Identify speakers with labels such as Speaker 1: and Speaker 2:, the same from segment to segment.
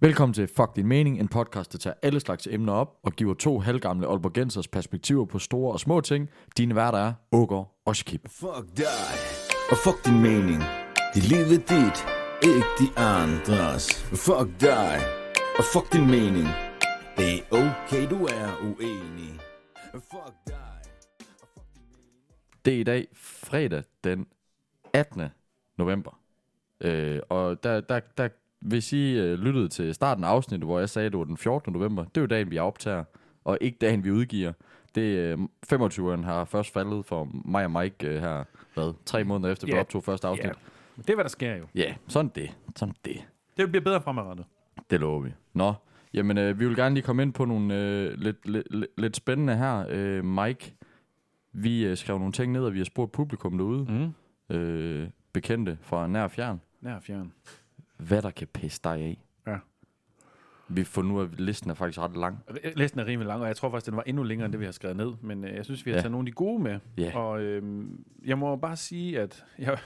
Speaker 1: Velkommen til Fuck Din Mening, en podcast, der tager alle slags emner op og giver to halvgamle Aalborgensers perspektiver på store og små ting. Dine værter er Ågaard og Skib.
Speaker 2: Fuck dig, og fuck din mening. Dit liv er dit, ikke de andres. Fuck dig, og fuck din mening. Det er okay, du er uenig. Fuck dig.
Speaker 1: Det er i dag fredag den 18. november. Øh, og der, der, der, hvis I øh, lyttede til starten af afsnittet, hvor jeg sagde, at det var den 14. november, det er jo dagen, vi optager, og ikke dagen, vi udgiver. Det øh, 25'eren har først faldet for mig og Mike øh, her, hvad, tre måneder efter, vi
Speaker 3: Ja.
Speaker 1: optog første afsnit.
Speaker 3: Ja. Men det er, hvad der sker jo.
Speaker 1: Ja, yeah. yeah, sådan det. Sådan det.
Speaker 3: Det bliver bedre fremadrettet.
Speaker 1: Det lover vi. Nå, jamen øh, vi vil gerne lige komme ind på nogle øh, lidt, lidt, lidt- lidt spændende her. Øh, Mike, vi øh, skrev nogle ting ned, og vi har spurgt publikum derude, mm. øh, bekendte fra nær og fjern,
Speaker 3: Nær og fjern.
Speaker 1: hvad der kan pisse dig af.
Speaker 3: Ja.
Speaker 1: Vi får nu, at listen er faktisk ret lang.
Speaker 3: R- Listen er rimelig lang, og jeg tror faktisk, den var endnu længere, end det, vi har skrevet ned. Men øh, jeg synes, vi har
Speaker 1: Ja.
Speaker 3: taget nogle af de gode med.
Speaker 1: Ja.
Speaker 3: Og øh, jeg må bare sige, at jeg, jeg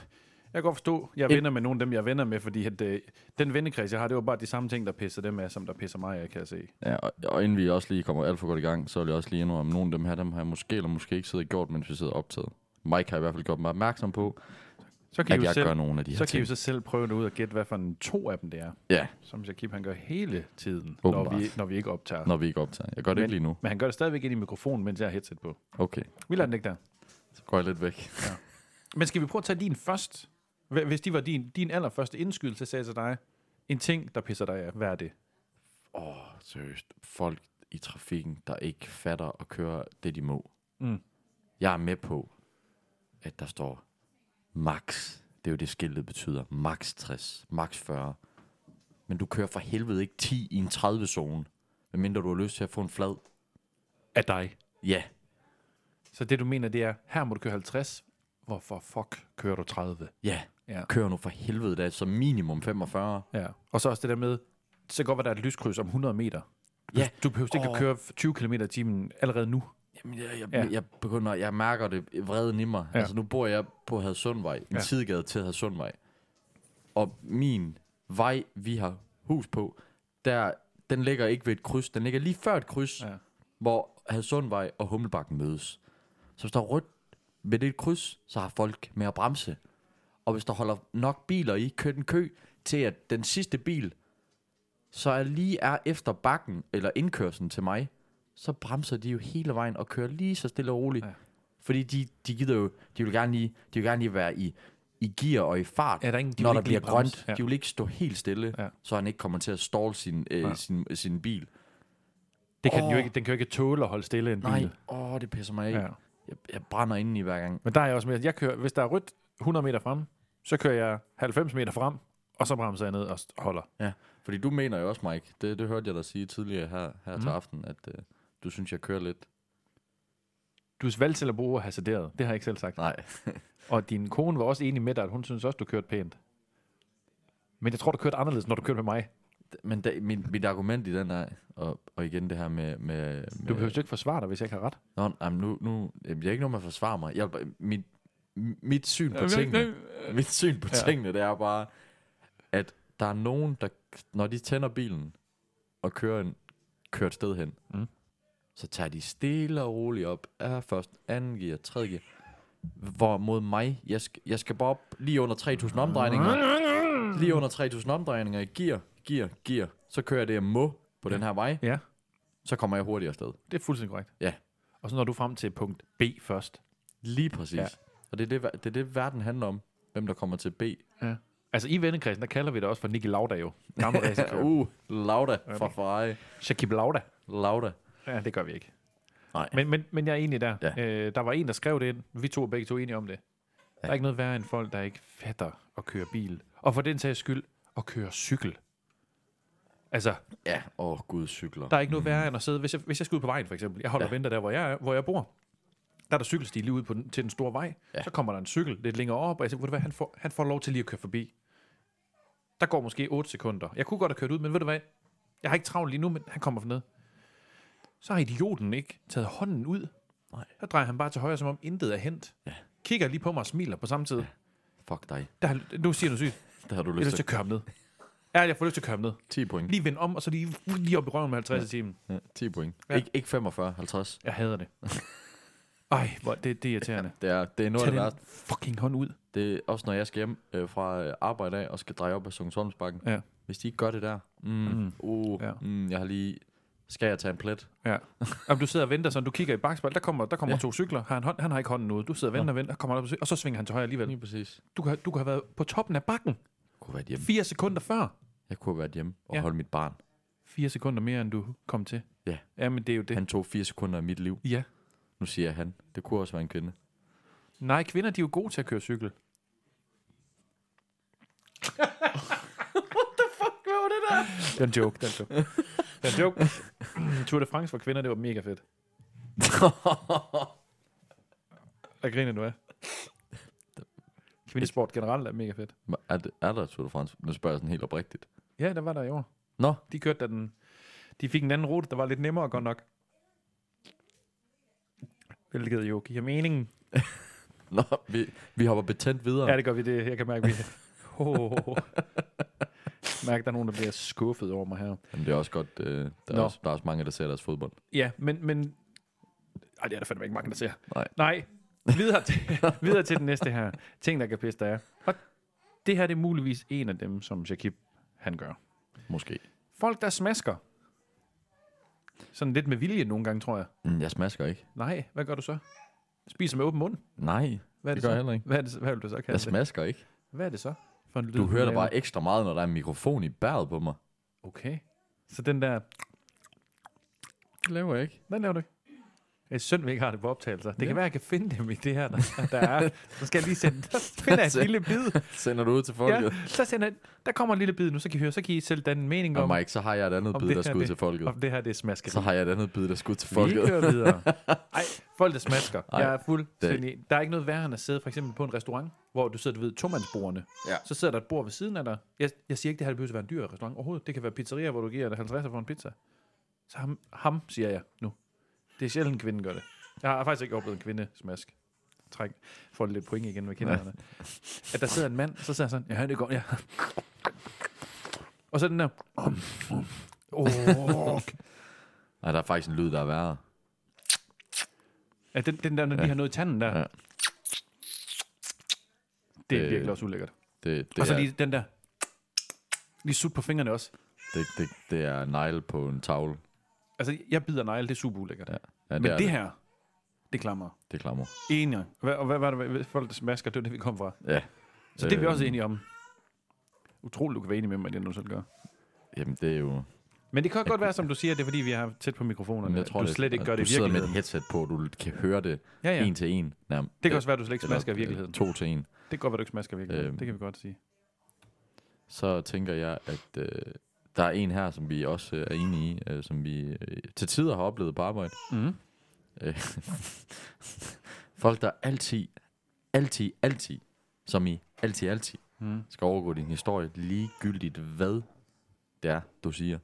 Speaker 3: kan godt forstå, jeg
Speaker 1: Ja.
Speaker 3: venner med nogle af dem, jeg venner med, fordi at, øh, den vennekreds, jeg har, det var bare de samme ting, der pisser dem af, som der pisser mig af, kan jeg se.
Speaker 1: Ja, og, og inden vi også lige kommer alt for godt i gang, så vil jeg også lige indrømme, at nogle af dem her, dem har jeg måske eller måske ikke siddet og gjort, mens vi sidder optaget. Mike har i hvert fald gjort mig opmærksom på,
Speaker 3: Så kan, I
Speaker 1: at
Speaker 3: jo
Speaker 1: jeg
Speaker 3: selv,
Speaker 1: gør nogle af de her
Speaker 3: så kan I
Speaker 1: ting.
Speaker 3: jo så selv prøve det ud og gætte, hvad for en to af dem det er,
Speaker 1: Ja,
Speaker 3: som Jakib han gør hele tiden, når
Speaker 1: Åbenbart.
Speaker 3: vi, når vi ikke optager.
Speaker 1: når vi ikke optager. Jeg gør det
Speaker 3: Men-
Speaker 1: ikke lige nu.
Speaker 3: Men han gør det stadigvæk ind i mikrofonen, mens jeg har headset på.
Speaker 1: Okay,
Speaker 3: Vi lader den ikke der.
Speaker 1: så går jeg lidt væk.
Speaker 3: Men skal vi prøve at tage din først? Hv- Hvis de var din, din allerførste indskydelse, sagde jeg til dig, en ting, der pisser dig af, hvad er det?
Speaker 1: seriøst, folk i trafikken, der ikke fatter at køre det, de må.
Speaker 3: Mm.
Speaker 1: Jeg er med på, at der står max. Det er jo det, skiltet betyder. Max 60, max 40. Men du kører for helvede ikke 10 i en 30-zone, medmindre du har lyst til at få en flad.
Speaker 3: Af dig.
Speaker 1: Ja,
Speaker 3: Så det, du mener, det er, her må du køre 50. Hvorfor fuck kører du 30?
Speaker 1: ja.
Speaker 3: Ja.
Speaker 1: Kør nu for helvede da, som minimum 45.
Speaker 3: Ja. Og så også det der med, så godt, at der er et lyskryds om 100 meter.
Speaker 1: Ja.
Speaker 3: Du behøver ikke at
Speaker 1: Åh.
Speaker 3: køre 20 km i timen allerede nu.
Speaker 1: Jamen, jeg, jeg,
Speaker 3: Ja.
Speaker 1: jeg begynder, jeg mærker det vreden i mig. Ja.
Speaker 3: Ja.
Speaker 1: Altså, nu bor jeg på Hadsundvej, en ja.
Speaker 3: Ja.
Speaker 1: sidegade til Hadsundvej. Og min vej, vi har hus på, der, den ligger ikke ved et kryds, den ligger lige før et kryds, ja.
Speaker 3: Ja.
Speaker 1: hvor Hadsundvej og Hummelbakken mødes. Så hvis der er rødt ved det kryds, så har folk med at bremse. Og hvis der holder nok biler i, kører den kø til, at den sidste bil, så er lige er efter bakken, eller indkørslen til mig, så bremser de jo hele vejen og kører lige så stille og roligt. Ja.
Speaker 3: Ja.
Speaker 1: Fordi de, de gider jo, de vil gerne lige, de vil gerne lige være i, i gear og i fart,
Speaker 3: Ja, der er ingen- de
Speaker 1: når
Speaker 3: vil
Speaker 1: der
Speaker 3: ikke lige
Speaker 1: bliver grønt.
Speaker 3: bremse. Ja.
Speaker 1: De vil ikke stå helt stille, ja.
Speaker 3: Ja.
Speaker 1: så han ikke kommer til at ståle sin, øh, ja.
Speaker 3: Ja.
Speaker 1: sin, sin bil.
Speaker 3: Det kan den jo
Speaker 1: Åh.
Speaker 3: ikke, den kan jo ikke tåle at holde stille en
Speaker 1: Nej,
Speaker 3: bil.
Speaker 1: åh, det pisser mig af. Ja.
Speaker 3: Ja.
Speaker 1: Jeg, jeg brænder inden i hver gang.
Speaker 3: Men der er jeg også med, at jeg kører, hvis der er rødt 100 meter frem, så kører jeg 90 meter frem, og så bremser jeg ned og st- holder.
Speaker 1: Ja, fordi du mener jo også, Mike, det, det hørte jeg dig sige tidligere her, her mm. til aften, at øh, du synes, jeg kører lidt.
Speaker 3: Du valgte selv at bruge ordet hasarderet. Det har jeg ikke selv sagt.
Speaker 1: Nej.
Speaker 3: Og din kone var også enig med dig, at hun synes også, du kørte pænt. Men jeg tror, du kørte anderledes, når du kørte med mig.
Speaker 1: Men da, min, mit argument i den er, og, og igen det her med... med, med
Speaker 3: Du behøver jo ikke forsvare dig, hvis jeg ikke har ret.
Speaker 1: Nå, jamen nu, nu, jamen, jeg er ikke nogen, man forsvarer mig. Jeg, mit, mit syn på tingene, mit syn på ja.
Speaker 3: Ja.
Speaker 1: tingene, det er bare, at der er nogen, der, når de tænder bilen og kører, en, kører et sted hen, mm.
Speaker 3: Mm.
Speaker 1: så tager de stille og roligt op af først anden gear, tredje gear, hvor mod mig, jeg, sk- jeg skal bare op lige under 3.000 omdrejninger, lige under 3.000 omdrejninger i gear, gear, gear, så kører jeg det, jeg må på den her vej,
Speaker 3: Ja,
Speaker 1: så kommer jeg hurtigere afsted.
Speaker 3: det er fuldstændig korrekt.
Speaker 1: Ja.
Speaker 3: Og så når du frem til punkt B først.
Speaker 1: Lige præcis. Ja.
Speaker 3: Ja.
Speaker 1: Og det er det, ver- det er det, verden handler om. Hvem der kommer til B.
Speaker 3: Ja. Altså i vennekredsen, der kalder vi det også for Nicky Lauda jo. Gammel racerkører. uh.
Speaker 1: Uh, Lauda fra Ferrari.
Speaker 3: Shakib Lauda.
Speaker 1: Lauda.
Speaker 3: Ja, det gør vi ikke.
Speaker 1: Nej.
Speaker 3: Men, men, men jeg er enig der.
Speaker 1: Ja.
Speaker 3: Øh, der var en, der skrev det ind. Vi to er begge to enige om det. Der
Speaker 1: Ja.
Speaker 3: er ikke noget værre end folk, der ikke fatter at køre bil. Og for den sags skyld, at køre cykel. Altså,
Speaker 1: Ja, åh oh, gud, cykler.
Speaker 3: Der er ikke noget værre end at sidde, hvis jeg, hvis jeg skal ud på vejen for eksempel, jeg holder
Speaker 1: Mm. Ja.
Speaker 3: ja. og venter der, hvor jeg, er, hvor jeg bor, der er der cykelsti lige ud på den, til den store vej,
Speaker 1: Ja.
Speaker 3: ja. så kommer der en cykel lidt længere op, og jeg tænker, ved du hvad, han får, han får lov til lige at køre forbi. Der går måske 8 sekunder. Jeg kunne godt have kørt ud, men ved du hvad, jeg har ikke travlt lige nu, men han kommer ned. Så har idioten ikke taget hånden ud.
Speaker 1: Nej.
Speaker 3: Så drejer han bare til højre, som om intet er hent.
Speaker 1: Ja.
Speaker 3: Kigger lige på mig og smiler på samme tid.
Speaker 1: Fuck dig.
Speaker 3: Der, nu siger jeg noget sygt.
Speaker 1: Det har du
Speaker 3: Jeg har
Speaker 1: lyst
Speaker 3: lyst til
Speaker 1: til.
Speaker 3: at køre ham ned. Ja, jeg får lyst til at køre ham ned.
Speaker 1: 10 point.
Speaker 3: Lige vende om, og så lige, lige op i røven med 50 i timen.
Speaker 1: Ja, 10 point.
Speaker 3: Ja.
Speaker 1: Ja. Ik- ikke 45, 50.
Speaker 3: Jeg hader det. Ej, hvor, det, det er irriterende.
Speaker 1: Det er, det er noget af
Speaker 3: Tag
Speaker 1: det
Speaker 3: den
Speaker 1: værste.
Speaker 3: fucking hånd ud.
Speaker 1: Det er også, når jeg skal hjem øh, fra øh, arbejde af og skal dreje op ad Sundholmsbakken.
Speaker 3: Ja.
Speaker 1: Hvis de ikke gør det der, mm, mm. Uh,
Speaker 3: Ja.
Speaker 1: ja. mm, jeg har lige... Skal jeg tage en plet?
Speaker 3: Ja. Jamen, du sidder og venter sådan, du kigger i bakspejlet, der kommer, der kommer ja.
Speaker 1: Ja.
Speaker 3: to cykler, har en hånd, han har ikke hånden ude, du sidder og venter og venter, og kommer op, og sy- og så svinger han til højre alligevel.
Speaker 1: Lige præcis.
Speaker 3: Du kan, du kan have været på toppen af bakken
Speaker 1: Jeg kunne have været hjemme.
Speaker 3: fire sekunder før.
Speaker 1: Jeg kunne have været hjemme og
Speaker 3: Ja.
Speaker 1: ja. holdt mit barn.
Speaker 3: Fire sekunder mere, end du kom til.
Speaker 1: Ja.
Speaker 3: Ja, men det er jo det.
Speaker 1: Han tog fire sekunder af mit liv.
Speaker 3: Ja.
Speaker 1: Nu siger jeg han. Det kunne også være en kvinde.
Speaker 3: Nej, kvinder, de er jo gode til at køre cykel. What the fuck, hvad var det der? Den joke, den joke. Den joke. Tour de France for kvinder, det var mega fedt. Hvad griner du af? Kvindesport generelt er mega fedt.
Speaker 1: Er, det, er der Tour de France? Nu spørger jeg sådan helt oprigtigt.
Speaker 3: Ja, der var der i år.
Speaker 1: Nå,
Speaker 3: De kørte da den... De fik en anden rute, der var lidt nemmere godt nok. Hvilket jo giver mening.
Speaker 1: nå vi, vi hopper betændt videre.
Speaker 3: Ja, det gør vi det. Jeg kan mærke, vi... Oh. Mærke, der er nogen, der bliver skuffet over mig her.
Speaker 1: Jamen, det er også godt. Øh, der, er
Speaker 3: Nå.
Speaker 1: også, der er også mange, der ser deres fodbold.
Speaker 3: Ja, men... men Ej, det er der fandme ikke mange, der ser.
Speaker 1: Nej.
Speaker 3: Nej. Videre til, videre til den næste her. Ting, der kan pisse dig af. Og det her det er muligvis en af dem, som Shakib han gør.
Speaker 1: Måske.
Speaker 3: Folk, der smasker. Sådan lidt med vilje nogle gange, tror jeg.
Speaker 1: Mm, Jeg smasker ikke.
Speaker 3: Nej, hvad gør du så? Spiser med åben mund?
Speaker 1: Nej,
Speaker 3: Hvad
Speaker 1: det
Speaker 3: er det,
Speaker 1: gør
Speaker 3: så?
Speaker 1: jeg heller ikke.
Speaker 3: Hvad, er det, så- hvad vil du så kalde
Speaker 1: Jeg
Speaker 3: det?
Speaker 1: smasker ikke.
Speaker 3: Hvad er det så? For en lyd,
Speaker 1: Du hører da
Speaker 3: laver?
Speaker 1: bare ekstra meget, når der er en mikrofon i bæret på mig.
Speaker 3: Okay. Så den der...
Speaker 1: Det laver jeg ikke.
Speaker 3: Hvad laver du ikke? Det er synd, vi ikke har det på optagelser. Det kan være, jeg kan finde dem i det her, der, der er. Så skal jeg lige sende... Der finder jeg
Speaker 1: Se.
Speaker 3: en lille bid.
Speaker 1: Sender du ud til folket?
Speaker 3: Ja, så sender jeg, Der kommer en lille bid nu, så kan I høre. Så kan I selv danne en mening
Speaker 1: Og
Speaker 3: om,
Speaker 1: Mike, så har jeg et andet
Speaker 3: om
Speaker 1: bid,
Speaker 3: det
Speaker 1: der
Speaker 3: her,
Speaker 1: skal ud
Speaker 3: det-
Speaker 1: til folket.
Speaker 3: om det her det er smaskeri.
Speaker 1: Så har jeg et andet bid, der skal ud til
Speaker 3: Vi
Speaker 1: folket.
Speaker 3: kører videre. Ej, folk der smasker. Ej,
Speaker 1: Ej,
Speaker 3: jeg er fuldstændig... Der er ikke noget værre end at sidde for eksempel på en restaurant, hvor du sidder du ved tomandsbordene.
Speaker 1: Ja.
Speaker 3: Så sidder der et bord ved siden af dig. Jeg, jeg siger ikke, det her det behøver at være en dyr restaurant overhovedet. Det kan være pizzerier, hvor du giver dig 50 for en pizza. Så ham, ham siger jeg nu. Det er sjældent, en kvinde gør det. Jeg har faktisk ikke oplevet en kvinde smask. Træk. Får lidt point igen med kinderne. At der sidder en mand, så sidder han sådan, ja, det går, ja. Og så den der... Oh,
Speaker 1: Nej, der er faktisk en lyd, der er værre.
Speaker 3: Ja, den, den der, når de har noget i tanden der. Ja.
Speaker 1: Ja.
Speaker 3: Det er
Speaker 1: Øh,
Speaker 3: virkelig også ulækkert.
Speaker 1: Det, det,
Speaker 3: Og så
Speaker 1: er,
Speaker 3: lige den der. Lige sut på fingrene også.
Speaker 1: det, det, det er negle på en tavle.
Speaker 3: Altså, jeg bider negle, det er super ulækkert. Ja,
Speaker 1: Ja, ja det
Speaker 3: Men
Speaker 1: er
Speaker 3: det, det her, det klammer.
Speaker 1: Det klammer.
Speaker 3: Enig. Hvad, og hvad var det, hvad- folk der smasker, det var det, vi kom fra.
Speaker 1: Ja.
Speaker 3: Så det er vi
Speaker 1: Øh,
Speaker 3: også enige om. Utroligt, du kan være enig med mig, i det når du selv gør.
Speaker 1: Jamen, det er jo...
Speaker 3: Men det kan godt være, som du siger, det er fordi, vi har tæt på mikrofonerne.
Speaker 1: Men jeg tror,
Speaker 3: du
Speaker 1: det-
Speaker 3: slet ikke gør
Speaker 1: du
Speaker 3: det i
Speaker 1: sidder med et
Speaker 3: virkeligheden.
Speaker 1: headset på, og du kan høre det
Speaker 3: Ja, ja.
Speaker 1: en til en. Nærmest.
Speaker 3: Det kan også være, at du slet ikke
Speaker 1: Eller,
Speaker 3: smasker i
Speaker 1: øh,
Speaker 3: virkeligheden.
Speaker 1: To til en.
Speaker 3: Det kan godt være, du ikke smasker i virkeligheden.
Speaker 1: Øhm.
Speaker 3: Det kan vi godt sige.
Speaker 1: Så tænker jeg, at øh, der er en her, som vi også øh, er enige i, øh, som vi øh, til tider har oplevet på arbejde.
Speaker 3: Mm.
Speaker 1: Øh, Folk, der altid, altid, altid, som i altid, altid,
Speaker 3: Mm.
Speaker 1: skal overgå din historie, ligegyldigt hvad det er, du siger.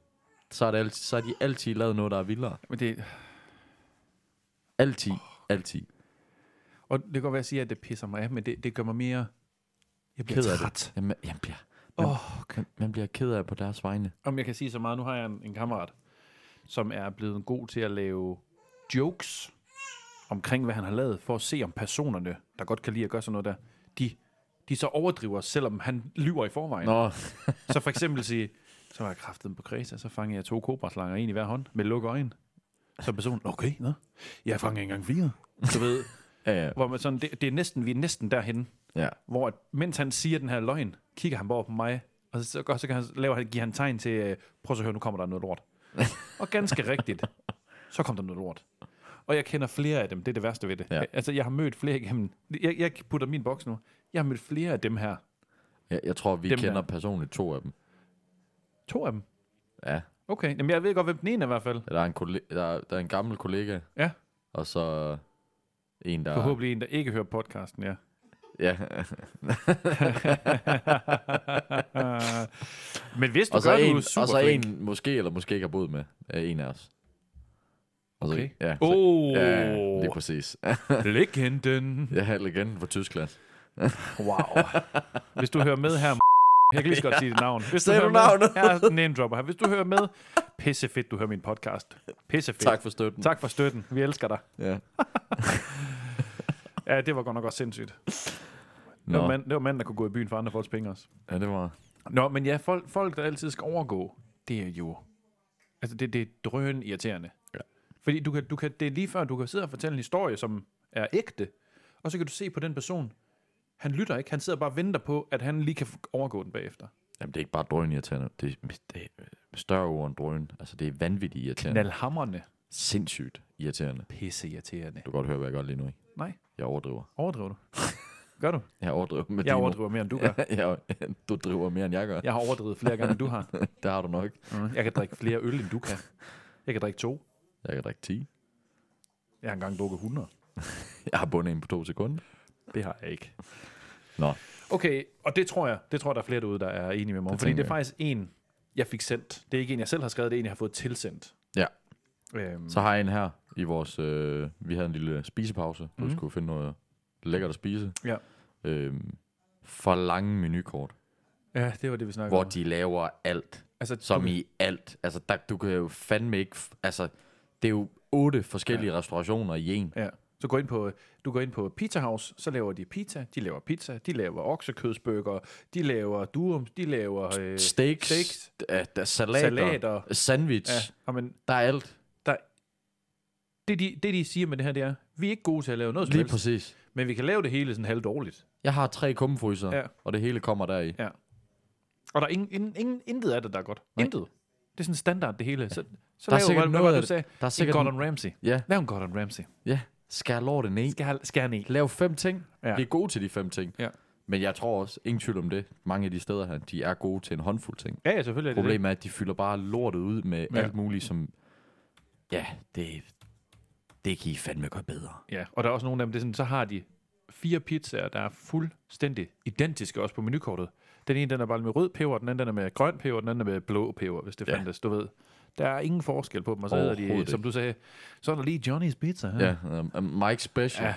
Speaker 1: Så er, det altid, så er de altid lavet noget, der er vildere.
Speaker 3: Men det,
Speaker 1: Altid, altid.
Speaker 3: Og det kan godt være, at jeg siger, at det pisser mig af, men det, det gør mig mere... Jeg bliver
Speaker 1: Ked af
Speaker 3: Ked
Speaker 1: det.
Speaker 3: træt.
Speaker 1: Jamen, jeg bliver,
Speaker 3: Åh,
Speaker 1: Men-
Speaker 3: oh,
Speaker 1: man, man bliver ked af på deres vegne.
Speaker 3: om jeg kan sige så meget. Nu har jeg en, en kammerat, som er blevet god til at lave jokes omkring, hvad han har lavet, for at se, om personerne, der godt kan lide at gøre sådan noget der, de, de så overdriver, selvom han lyver i forvejen.
Speaker 1: Nå,
Speaker 3: Så for eksempel sige, så var jeg kraftet på Kreta, så fangede jeg to kobraslanger, en i hver hånd, med lukke øjne. Så personen, okay, nå. Jeg fangede ikke engang fire. Du ved,
Speaker 1: ja, ja,
Speaker 3: hvor man sådan, det, det er næsten, vi er næsten derhen.
Speaker 1: ja.
Speaker 3: hvor at, mens han siger den her løgn, kigger han bare over på mig, og så, så, så kan han, laver, han- giver han tegn til, øh, prøv så at høre, nu kommer der noget lort. og ganske rigtigt, så kom der noget lort. Og jeg kender flere af dem, det er det værste ved det.
Speaker 1: Ja.
Speaker 3: Altså, jeg har mødt flere igennem, jeg, jeg putter min boks nu, jeg har mødt flere af dem her.
Speaker 1: Jeg, jeg tror, vi
Speaker 3: Dem
Speaker 1: dem kender
Speaker 3: der.
Speaker 1: der. personligt to af dem.
Speaker 3: To af dem.
Speaker 1: Ja,
Speaker 3: Okay, Jamen, jeg ved godt, hvem den ene er i hvert fald.
Speaker 1: der er en, kollega, der, er- der er en gammel kollega,
Speaker 3: Ja,
Speaker 1: og så en, der...
Speaker 3: forhåbentlig en, der ikke hører podcasten, ja.
Speaker 1: Ja,
Speaker 3: Men hvis du
Speaker 1: og så,
Speaker 3: gør,
Speaker 1: en,
Speaker 3: du er
Speaker 1: og så
Speaker 3: super flink.
Speaker 1: en måske eller måske ikke har boet med af en af os. Og så,
Speaker 3: Okay. Oh.
Speaker 1: ja, så,
Speaker 3: Åh,
Speaker 1: ja, lige præcis.
Speaker 3: legenden.
Speaker 1: Jeg er legenden fra Tyskland.
Speaker 3: Wow. Hvis du hører med her, Jeg kan lige så godt sige dit navn. Hvis
Speaker 1: Sagde
Speaker 3: hører
Speaker 1: du navnet?
Speaker 3: Med, jeg er name dropper her. Hvis du hører med, pisse fedt, du hører min podcast. Pisse fedt.
Speaker 1: Tak for støtten.
Speaker 3: Tak for støtten. Vi elsker dig.
Speaker 1: Ja.
Speaker 3: Ja, det var godt nok også sindssygt. Det var,
Speaker 1: Nå,
Speaker 3: mand, det var mand, der kunne gå i byen for andre folks penge også.
Speaker 1: ja, det var...
Speaker 3: Nå, men ja, folk, folk der altid skal overgå, det er jo... Altså, det, det er drøn irriterende. Ja. Fordi du kan, du kan, det er lige før, du kan sidde og fortælle en historie, som er ægte, og så kan du se på den person, han lytter ikke, han sidder bare og venter på, at han lige kan f- overgå den bagefter.
Speaker 1: Jamen, det er ikke bare drøn irriterende. Det er, det er større ord end drøn. Altså, det er vanvittigt irriterende. Knald.
Speaker 3: Nalhammerne.
Speaker 1: Sindssygt irriterende.
Speaker 3: Pisse irriterende.
Speaker 1: Du kan godt høre, hvad jeg gør lige nu, ikke?
Speaker 3: Nej,
Speaker 1: Jeg overdriver.
Speaker 3: overdriver du? Gør du?
Speaker 1: Jeg overdriver med
Speaker 3: Jeg
Speaker 1: dine
Speaker 3: overdriver mere, end du gør.
Speaker 1: ord. Ja, du driver mere, end jeg gør. Ja.
Speaker 3: Jeg har overdrevet flere gange, end du har.
Speaker 1: Det har du nok.
Speaker 3: Jeg kan drikke flere øl, end du kan. Jeg kan drikke to.
Speaker 1: Jeg kan drikke 10.
Speaker 3: Jeg har engang drukket 100.
Speaker 1: Jeg har bundet en på to sekunder.
Speaker 3: Det har jeg ikke.
Speaker 1: Nå,
Speaker 3: Okay, og det tror jeg, det tror jeg, der er flere derude, der er enige med mig om. Fordi
Speaker 1: tænker
Speaker 3: det er
Speaker 1: jeg.
Speaker 3: faktisk en, jeg fik sendt. Det er ikke en, jeg selv har skrevet, det er en, jeg har fået tilsendt.
Speaker 1: Ja.
Speaker 3: Øhm,
Speaker 1: så har jeg en her i vores... Øh, vi havde en lille spisepause, hvor vi skulle finde noget lækkert at spise.
Speaker 3: Mhm. Ja.
Speaker 1: Øhm, for lange menukort,
Speaker 3: ja, det var det, vi snakkede
Speaker 1: hvor
Speaker 3: om.
Speaker 1: de laver alt.
Speaker 3: Altså,
Speaker 1: Som
Speaker 3: du,
Speaker 1: i alt. Altså, der, du kan jo fandme ikke... f- Altså, det er jo otte forskellige ja. restaurationer i en.
Speaker 3: Ja. Så gå ind på, du går ind på Pizza House, så laver de pizza, de laver pizza, de laver oksekødsbøger, de laver durums, de laver øh,
Speaker 1: Steaks,
Speaker 3: steaks,
Speaker 1: steaks. Da, da, salater,
Speaker 3: Salater.
Speaker 1: sandwich.
Speaker 3: Ja,
Speaker 1: Ja.
Speaker 3: og men
Speaker 1: Der er alt.
Speaker 3: det de, det, de siger med det her, det er, vi er ikke gode til at lave noget som
Speaker 1: Lige
Speaker 3: helst,
Speaker 1: præcis.
Speaker 3: men vi kan lave det hele sådan halvdårligt.
Speaker 1: Jeg har tre kummefryser,
Speaker 3: Ja.
Speaker 1: ja. og det hele kommer deri.
Speaker 3: Ja. Og der er ingen, ingen, ingen, intet af det, der er godt. Nej. Intet. Det er sådan standard, det hele. Så, så
Speaker 1: Der er
Speaker 3: laver-
Speaker 1: sikkert
Speaker 3: hvad- hvad
Speaker 1: noget
Speaker 3: var
Speaker 1: af
Speaker 3: det, du
Speaker 1: det.
Speaker 3: sagde?
Speaker 1: Der er
Speaker 3: En
Speaker 1: sikkert
Speaker 3: Gordon Ramsay.
Speaker 1: Ja,
Speaker 3: Lav en Gordon Ramsay.
Speaker 1: ja. Skær lortet ned.
Speaker 3: Skær, skær ned.
Speaker 1: Lav fem ting.
Speaker 3: Ja.
Speaker 1: Ja. Bliv gode til de fem ting.
Speaker 3: Ja.
Speaker 1: Men jeg tror også, ingen tvivl om det, mange af de steder her, de er gode til en håndfuld ting.
Speaker 3: Ja, ja, selvfølgelig er det
Speaker 1: Problemet er, at de fylder bare lortet ud med
Speaker 3: Ja.
Speaker 1: ja. alt muligt, som... Ja, det, det kan I fandme gøre bedre.
Speaker 3: det. Ja, og der er også nogle af dem, det er sådan, så har de fire pizzaer, der er fuldstændig identiske også på menukortet. Den ene, den er bare med rød peber, den anden den er med grøn peber, den anden er med blå peber, hvis det
Speaker 1: Ja.
Speaker 3: fandtes, du ved. Der er ingen forskel på dem, og så hedder de,
Speaker 1: Overhovedet ikke.
Speaker 3: som du sagde, så er der lige Johnny's Pizza. her.
Speaker 1: Ja, um, Mike Special.
Speaker 3: Ja.
Speaker 1: Ja.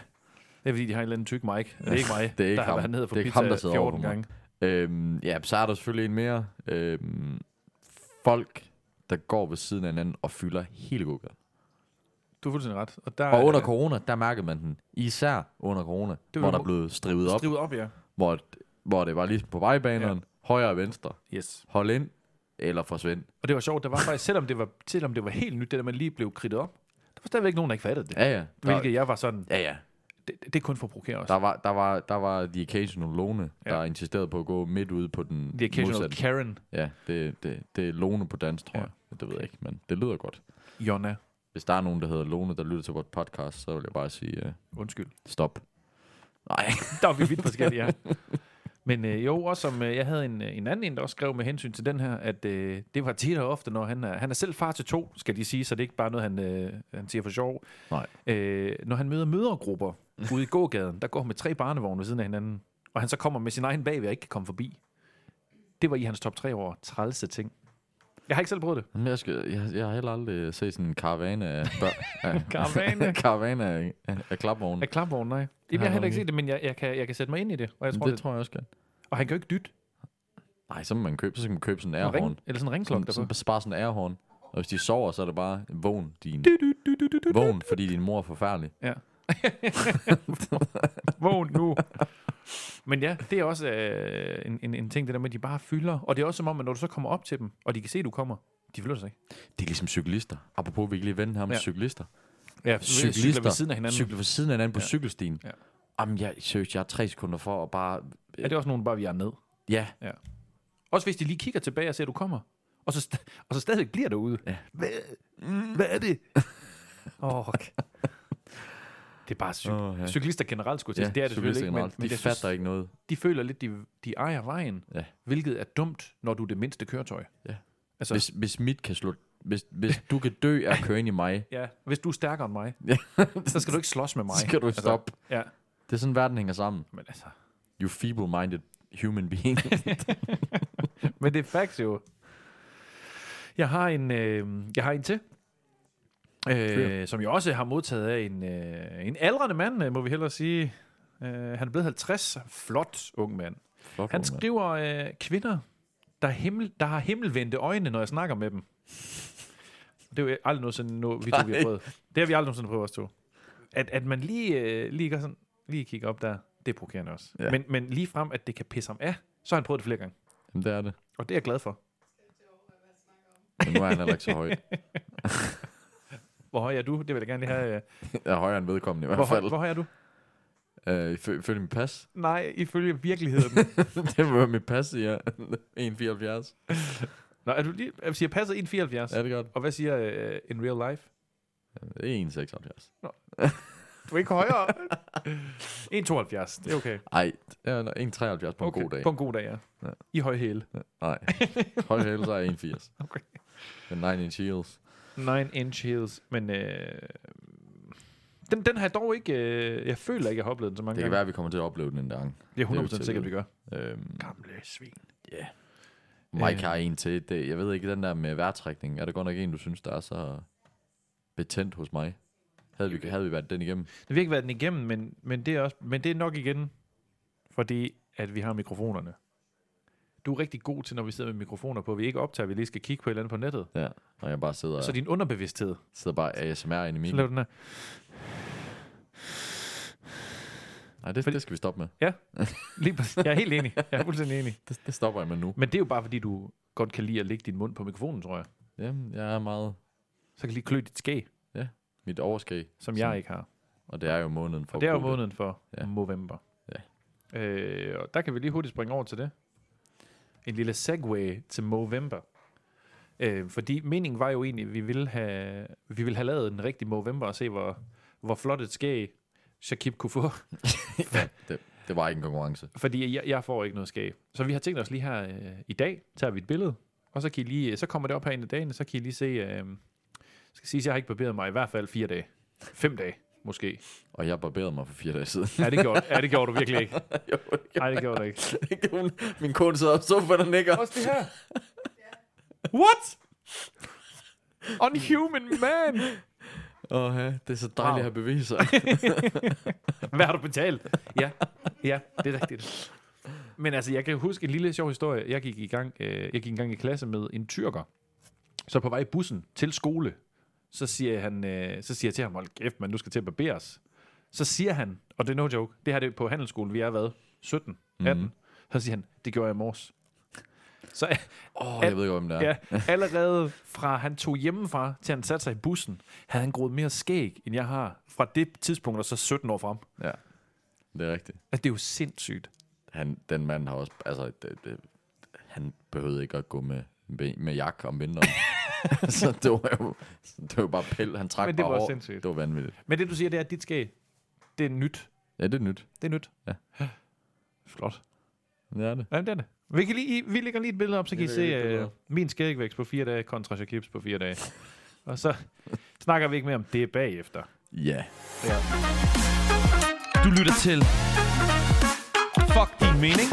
Speaker 3: Det er fordi, de har en eller anden tyk mic. Det er ikke mig,
Speaker 1: Det er ikke
Speaker 3: der
Speaker 1: ham.
Speaker 3: har været nede for
Speaker 1: Det er ikke
Speaker 3: pizza
Speaker 1: ham, der sidder
Speaker 3: 14
Speaker 1: over for mig.
Speaker 3: gange.
Speaker 1: Øhm, ja, så er der selvfølgelig en mere. Øhm, folk, der går ved siden af hinanden og fylder hele Google.
Speaker 3: Du har fuldstændig ret. Og, der
Speaker 1: Og under
Speaker 3: er-
Speaker 1: corona, der mærkede man den. Især under corona,
Speaker 3: var
Speaker 1: hvor
Speaker 3: jo-
Speaker 1: der blev strivet op.
Speaker 3: Skrivet op, ja.
Speaker 1: Hvor, hvor det var ligesom på vejbaneren. Højre og venstre.
Speaker 3: Yes.
Speaker 1: Hold ind eller forsvind.
Speaker 3: Og det var sjovt, der var faktisk, selvom det var, selvom det var helt nyt, det der man lige blev kridtet op, der var stadigvæk nogen, der ikke fattede det.
Speaker 1: Ja, ja. Der,
Speaker 3: Hvilket jeg var sådan,
Speaker 1: ja, ja.
Speaker 3: det, det er kun for at provokere os.
Speaker 1: Der var, der, var, der var de occasional lone,
Speaker 3: Ja.
Speaker 1: der insisterede på at gå midt ude på den
Speaker 3: The occasional
Speaker 1: modsatte.
Speaker 3: Karen,
Speaker 1: Ja, det, det, det er lone på dansk, tror
Speaker 3: Ja.
Speaker 1: jeg. Det ved jeg ikke, men det lyder godt.
Speaker 3: Jonna,
Speaker 1: Hvis der er nogen, der hedder Lone, der lytter til vores podcast, så vil jeg bare sige, uh,
Speaker 3: undskyld.
Speaker 1: stop. Nej,
Speaker 3: Der var vi vidt forskellige, ja. Men øh, jo, også som øh, jeg havde en, øh, en anden en, der også skrev med hensyn til den her, at øh, det var tit og ofte, når han er, han er selv far til to, skal de sige, så det er ikke bare noget, han, øh, han siger for sjov.
Speaker 1: Nej.
Speaker 3: Øh, når han møder mødergrupper ude i gågaden, der går han med tre barnevogne ved siden af hinanden, og han så kommer med sin egen bagved og ikke kan komme forbi. Det var i hans top tre over trælse ting. Jeg har ikke selv prøvet det.
Speaker 1: men jeg, skal, jeg, jeg har heller aldrig set sådan en karavane af, bør- af,
Speaker 3: Karavane.
Speaker 1: karavane af, af, af klapvogne.
Speaker 3: Af klapvogn, nej. Jamen, jeg har heller ikke set det, men jeg, jeg, kan, jeg kan sætte mig ind i det. Og, jeg
Speaker 1: Men
Speaker 3: tror,
Speaker 1: det
Speaker 3: det,
Speaker 1: tror jeg også godt.
Speaker 3: og han kan jo ikke dytte.
Speaker 1: Nej, så må man købe, så kan man købe sådan en
Speaker 3: En
Speaker 1: ærehorn.
Speaker 3: ring, eller sådan en ringklokke
Speaker 1: Sådan,
Speaker 3: derpå.
Speaker 1: sådan, bare sådan en ærehorn. Og hvis de sover, så er det bare, vågn din... Vågn, fordi din mor er forfærdelig.
Speaker 3: Ja. Vågn nu. Men ja, det er også øh, en, en, en ting, det der med, at de bare fylder. Og det er også som om, at når du så kommer op til dem, og de kan se, at du kommer, de flytter sig ikke.
Speaker 1: Det er ligesom cyklister. Apropos, vi kan lige vende her med
Speaker 3: Ja.
Speaker 1: ja. cyklister.
Speaker 3: Ja, cykler ved siden af hinanden.
Speaker 1: Cykler ved siden af hinanden på ja. cykelstien.
Speaker 3: Ja.
Speaker 1: Ja. Jamen, jeg, seriøst, jeg er tre sekunder for at bare...
Speaker 3: Er det også nogen, der bare vi er ned?
Speaker 1: Ja,
Speaker 3: Også hvis de lige kigger tilbage og ser, at du kommer. Og så, st- og så stadig bliver derude. Ja. Hvad, hvad er det? Åh, oh, Det er bare cyk-
Speaker 1: Åh, ja.
Speaker 3: cyklister generelt, skulle jeg
Speaker 1: ja
Speaker 3: til. Ja, det er det selvfølgelig
Speaker 1: cyklister
Speaker 3: ikke, men,
Speaker 1: generelt.
Speaker 3: men
Speaker 1: de
Speaker 3: jeg
Speaker 1: fatter
Speaker 3: synes,
Speaker 1: synes... ikke noget.
Speaker 3: de føler lidt, de, de ejer vejen,
Speaker 1: Ja.
Speaker 3: hvilket er dumt, når du er det mindste køretøj.
Speaker 1: Ja.
Speaker 3: Altså,
Speaker 1: Hvis, hvis mit kan slå... Hvis, hvis du kan dø af at køre ind i mig,
Speaker 3: Ja, hvis du er stærkere end mig,
Speaker 1: Ja.
Speaker 3: så skal du ikke slås med mig.
Speaker 1: så skal du stoppe.
Speaker 3: Altså, ja,
Speaker 1: Det er sådan, verden hænger sammen.
Speaker 3: men altså...
Speaker 1: You feeble-minded human being.
Speaker 3: Men det er facts jo. Jeg har en, øh, jeg har en til,
Speaker 1: Fyr.
Speaker 3: øh, som jeg også har modtaget af en, øh, en aldrende mand, øh, må vi hellere sige. Øh, han er blevet 50, flot ung mand.
Speaker 1: Fuck,
Speaker 3: Han
Speaker 1: hvor, mand.
Speaker 3: skriver øh, kvinder, der, himmel, der har himmelvendte øjne, når jeg snakker med dem. Det er jo aldrig noget sådan noget, vi to vi har
Speaker 1: Nej.
Speaker 3: prøvet. Det har vi aldrig nogensinde prøvet os to. At, at man lige, øh, lige, gør sådan, lige kigger op der, det er provokerende også.
Speaker 1: Ja.
Speaker 3: Ja. Men, men lige frem, at det kan pisse ham af, så har han prøvet det flere gange.
Speaker 1: Jamen, det er det.
Speaker 3: Og det er jeg glad for.
Speaker 1: Men nu er han heller ikke så høj.
Speaker 3: Hvor høj er du? Det vil jeg gerne lige have. øh.
Speaker 1: Jeg er højere end vedkommende i
Speaker 3: Hvor,
Speaker 1: hvert
Speaker 3: høj,
Speaker 1: fald.
Speaker 3: hvor høj er du?
Speaker 1: Øh, ifø- Ifølge mit pas.
Speaker 3: Nej, ifølge virkeligheden.
Speaker 1: det var mit pas, ja. 1,74.
Speaker 3: Nå, er du lige, jeg siger passet 1,74.
Speaker 1: Er det godt?
Speaker 3: Og hvad siger øh, in real life?
Speaker 1: Det er 1,76.
Speaker 3: Du er ikke højere. 1,72. Det er okay.
Speaker 1: Ej, det er 1,73 på en
Speaker 3: okay.
Speaker 1: god dag.
Speaker 3: På en god dag, ja.
Speaker 1: Ja.
Speaker 3: ja. I høj hæle.
Speaker 1: Nej. Høj hæl, så er jeg 1,80.
Speaker 3: Okay.
Speaker 1: Men 9 inch heels.
Speaker 3: 9 inch heels, men øh, den, den har jeg dog ikke, øh, jeg føler ikke, jeg har oplevet den så mange
Speaker 1: Det kan være,
Speaker 3: gange.
Speaker 1: at vi kommer til at opleve den en gang.
Speaker 3: det er 100%
Speaker 1: det er jo
Speaker 3: sikkert, vi gør.
Speaker 1: Øhm,
Speaker 3: Gamle svin.
Speaker 1: Mike
Speaker 3: Øh.
Speaker 1: har en til. Det, jeg ved ikke, den der med vejrtrækning. Er der godt nok en, du synes, der er så betændt hos mig? Havde vi, havde vi været den igennem?
Speaker 3: Det vil ikke været den igennem, men, men, det er også, men det er nok igen, fordi at vi har mikrofonerne. Du er rigtig god til, når vi sidder med mikrofoner på, vi ikke optager, vi lige skal kigge på et eller andet på nettet.
Speaker 1: Ja. Og jeg bare sidder,
Speaker 3: Ja. Så
Speaker 1: så de...
Speaker 3: din underbevidsthed,
Speaker 1: sidder bare ASMR inde i
Speaker 3: så
Speaker 1: mikken.
Speaker 3: laver du den her.
Speaker 1: Nej, det,
Speaker 3: Fordi-
Speaker 1: det skal vi stoppe med.
Speaker 3: Lige præcis. jeg er helt enig, jeg er fuldstændig enig.
Speaker 1: Det, det stopper jeg med nu.
Speaker 3: Men det er jo bare, fordi du godt kan lide at lægge din mund på mikrofonen, tror jeg.
Speaker 1: Jamen, jeg er meget
Speaker 3: Så kan jeg lige klø dit skæg,
Speaker 1: mit overskæg.
Speaker 3: som jeg ikke har.
Speaker 1: Og det er jo måneden for
Speaker 3: Og det er jo
Speaker 1: at bruge
Speaker 3: måneden for
Speaker 1: Ja.
Speaker 3: ja. november. Ja. Øh, og der kan vi lige hurtigt springe over til det. En lille segue til november. Øh, fordi meningen var jo egentlig, at vi ville have, vi ville have lavet en rigtig november og se, hvor, hvor flot et skæg Shakib kunne få.
Speaker 1: Det var ikke en konkurrence.
Speaker 3: Fordi jeg, jeg får ikke noget skæg. Så vi har tænkt os lige her øh, i dag, tager vi et billede, og så, kan I lige, så kommer det op her en af dagene, så kan I lige se, øh, skal sige, at jeg har ikke barberet mig i hvert fald fire dage. Fem dage, måske.
Speaker 1: Og jeg barberede mig for fire dage siden.
Speaker 3: Ja, det gjorde, ja, det gjorde du virkelig ikke. Nej, det gjorde du ikke.
Speaker 1: Min kone sidder på sofaen og nikker.
Speaker 3: Også det her. What? Unhuman man!
Speaker 1: Åh, ja, det er så dejligt wow. at have altså. beviser.
Speaker 3: Hvad har du betalt? ja, ja, det er rigtigt. Men altså, jeg kan huske en lille sjov historie. Jeg gik, i gang, øh, jeg gik en gang i klasse med en tyrker. Så på vej i bussen til skole, så siger, han, øh, så siger jeg til ham, hold kæft, man, du skal til at barberes. Så siger han, og det er no joke, det her det er på handelsskolen, vi er hvad? 17, 18. Mm. Så siger han, det gjorde jeg i morges. Så
Speaker 1: Åh, oh, jeg ved ikke, hvem det er.
Speaker 3: Ja, allerede fra han tog hjemmefra, til han satte sig i bussen, havde han groet mere skæg, end jeg har fra det tidspunkt, og så 17 år frem.
Speaker 1: ja. Det er rigtigt.
Speaker 3: Altså, det er jo sindssygt.
Speaker 1: Han, den mand har også... Altså, det, det, han behøvede ikke at gå med, med, med jak om vinteren. så det var jo, det var jo bare pæl. Han trak
Speaker 3: Men det
Speaker 1: bare
Speaker 3: var
Speaker 1: over.
Speaker 3: sindssygt.
Speaker 1: Det var vanvittigt.
Speaker 3: Men det, du siger, det er, at dit skæg, det er nyt.
Speaker 1: Ja, det er nyt.
Speaker 3: Det er nyt.
Speaker 1: Ja.
Speaker 3: Flot.
Speaker 1: Det er det.
Speaker 3: Ja, det er det. Vi, kan lige, vi lægger lige et billede op, så kan I
Speaker 1: lægger
Speaker 3: se
Speaker 1: lige et billede
Speaker 3: øh,
Speaker 1: op.
Speaker 3: min skægvækst på fire dage kontra Shakips på fire dage. og så snakker vi ikke mere om det bagefter.
Speaker 1: Ja.
Speaker 3: Du lytter til Fuck din mening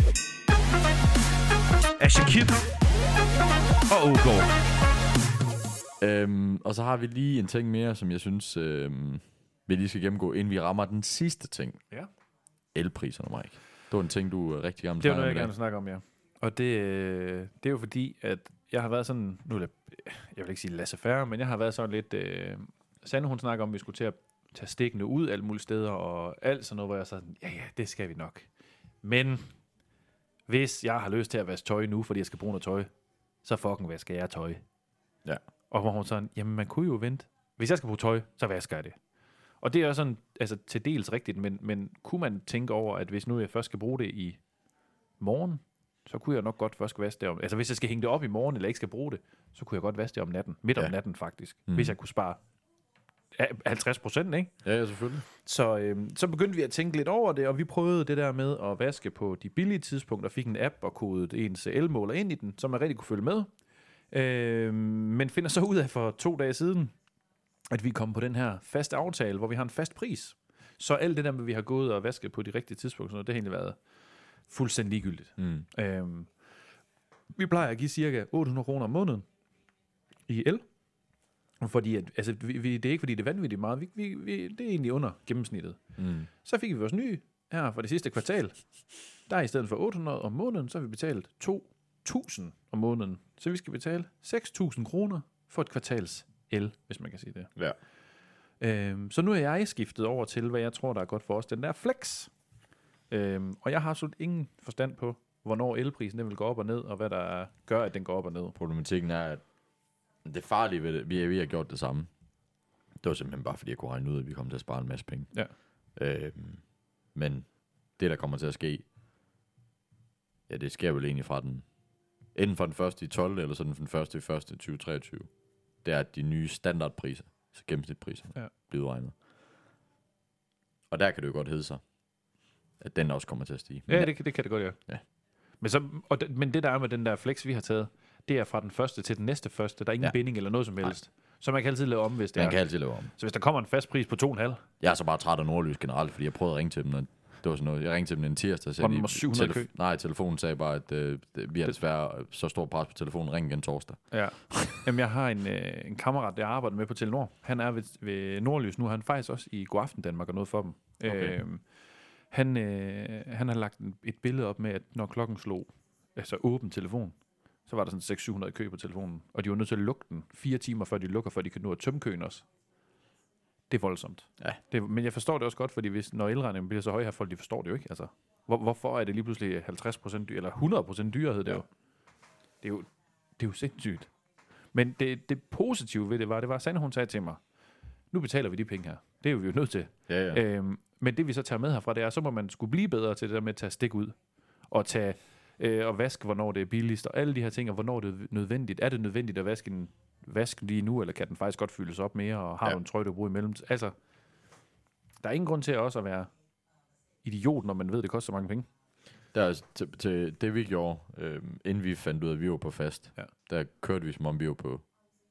Speaker 3: af Shakib og Ågaard.
Speaker 1: Øhm, og så har vi lige en ting mere, som jeg synes, øhm, vi lige skal gennemgå, inden vi rammer den sidste ting.
Speaker 3: Ja.
Speaker 1: Elpriserne, Mike. Det var en ting, du øh, rigtig gerne
Speaker 3: Det er
Speaker 1: ville
Speaker 3: jo noget, jeg
Speaker 1: snakke om
Speaker 3: gerne vil snakke om, ja. Og det, øh, det er jo fordi, at jeg har været sådan, nu vil jeg, jeg vil ikke sige laissez faire, men jeg har været sådan lidt, øh, Sande hun snakker om, at vi skulle til at tage stikkene ud alle mulige steder og alt sådan noget, hvor jeg sådan, ja ja, det skal vi nok. Men hvis jeg har lyst til at vaske tøj nu, fordi jeg skal bruge noget tøj, så fucking vasker jeg tøj.
Speaker 1: Ja.
Speaker 3: Og hvor hun sådan, jamen man kunne jo vente. Hvis jeg skal bruge tøj, så vasker jeg det. Og det er også sådan, altså til dels rigtigt, men, men kunne man tænke over, at hvis nu jeg først skal bruge det i morgen, så kunne jeg nok godt først vaske det om... Altså, hvis jeg skal hænge det op i morgen, eller ikke skal bruge det, så kunne jeg godt vaske det om natten. Midt om
Speaker 1: Ja.
Speaker 3: natten, faktisk. Mm. Hvis jeg kunne spare a- 50 procent, ikke?
Speaker 1: Ja, ja, selvfølgelig.
Speaker 3: Så, øhm, så begyndte vi at tænke lidt over det, og vi prøvede det der med at vaske på de billige tidspunkter, fik en app og kodede ens elmåler ind i den, så man rigtig kunne følge med. Øhm, men finder så ud af for to dage siden, at vi kom på den her faste aftale, hvor vi har en fast pris. Så alt det der med, at vi har gået og vasket på de rigtige tidspunkter, sådan noget, det har egentlig været fuldstændig ligegyldigt.
Speaker 1: Mm.
Speaker 3: Øhm, vi plejer at give cirka 800 kroner om måneden i el. Fordi at, altså, vi, vi, det er ikke fordi, det er vanvittigt meget. Vi, vi, vi, det er egentlig under gennemsnittet.
Speaker 1: Mm.
Speaker 3: Så fik vi vores nye her for det sidste kvartal. Der er i stedet for 800 om måneden, så har vi betalt 2.000 om måneden. Så vi skal betale 6.000 kroner for et kvartals el, hvis man kan sige det.
Speaker 1: Ja.
Speaker 3: Øhm, så nu er jeg skiftet over til, hvad jeg tror, der er godt for os. Den der flex. Øhm, og jeg har absolut ingen forstand på, hvornår elprisen den vil gå op og ned, og hvad der gør, at den går op og ned.
Speaker 1: Problematikken er, at det farlige ved det, vi, vi har gjort det samme. Det var simpelthen bare, fordi jeg kunne regne ud, at vi kom til at spare en masse penge.
Speaker 3: Ja.
Speaker 1: Øhm, men det, der kommer til at ske, ja, det sker vel egentlig fra den, enten fra den første i 12, eller sådan den første i første 2023, det er, at de nye standardpriser, så gennemsnitpriser,
Speaker 3: Ja.
Speaker 1: ja. bliver udregnet. Og der kan det jo godt hedde sig, at den også kommer til at stige. Men
Speaker 3: Ja, det, kan- det kan det godt gøre.
Speaker 1: Ja.
Speaker 3: Men, så, og den, men det, der er med den der flex, vi har taget, det er fra den første til den næste første. Der er ingen ja.
Speaker 1: Ja.
Speaker 3: binding eller noget som helst. Så man kan altid lave om, hvis det
Speaker 1: man
Speaker 3: er.
Speaker 1: kan altid lave om.
Speaker 3: Så hvis der kommer en fast pris på 2,5,
Speaker 1: Jeg er så bare træt af Nordlys generelt, fordi jeg prøvede at ringe til dem, og det var sådan noget. Jeg ringte til dem en tirsdag, og
Speaker 3: Var
Speaker 1: sagde,
Speaker 3: den
Speaker 1: de-
Speaker 3: nummer 700 i kø?
Speaker 1: nej, telefonen sagde bare, at øh, det- vi har desværre øh, så stor pres på telefonen, ring igen torsdag.
Speaker 3: Ja. Jamen, jeg har en, øh, en kammerat, jeg arbejder med på Telenor. Han er ved, ved Nordlys nu. Han er faktisk også i God Aften Danmark og noget for dem.
Speaker 1: Okay.
Speaker 3: Øhm, han, øh, han har lagt en- et billede op med, at når klokken slog, altså åben telefon, så var der sådan 600-700 i kø på telefonen. Og de var nødt til at lukke den fire timer, før de lukker, før de kan nå at tømme køen også. Det er voldsomt.
Speaker 1: Ja.
Speaker 3: Det, men jeg forstår det også godt, fordi hvis, når elregningen bliver så høj her, folk de forstår det jo ikke. Altså, hvor, hvorfor er det lige pludselig 50% dyr, eller 100% dyrere, hed det ja. jo. Det er jo, det er jo sindssygt. Men det, det positive ved det var, det var, at Sande, hun sagde til mig, nu betaler vi de penge her. Det er vi jo nødt til.
Speaker 1: Ja, ja.
Speaker 3: Ja. Øhm, men det vi så tager med herfra, det er, så må man skulle blive bedre til det der med at tage stik ud. Og tage øh, og vaske, hvornår det er billigst, og alle de her ting, og hvornår det er nødvendigt. Er det nødvendigt at vaske en vask lige nu, eller kan den faktisk godt fyldes op mere, og har ja.
Speaker 1: Ja.
Speaker 3: du en trøje, du bruger imellem? Altså, der er ingen grund til også at være idiot, når man ved, det koster så mange penge.
Speaker 1: Der, er altså til, til det vi gjorde, øh, inden vi fandt ud af, at vi var på fast,
Speaker 3: Ja.
Speaker 1: der kørte vi som om vi var på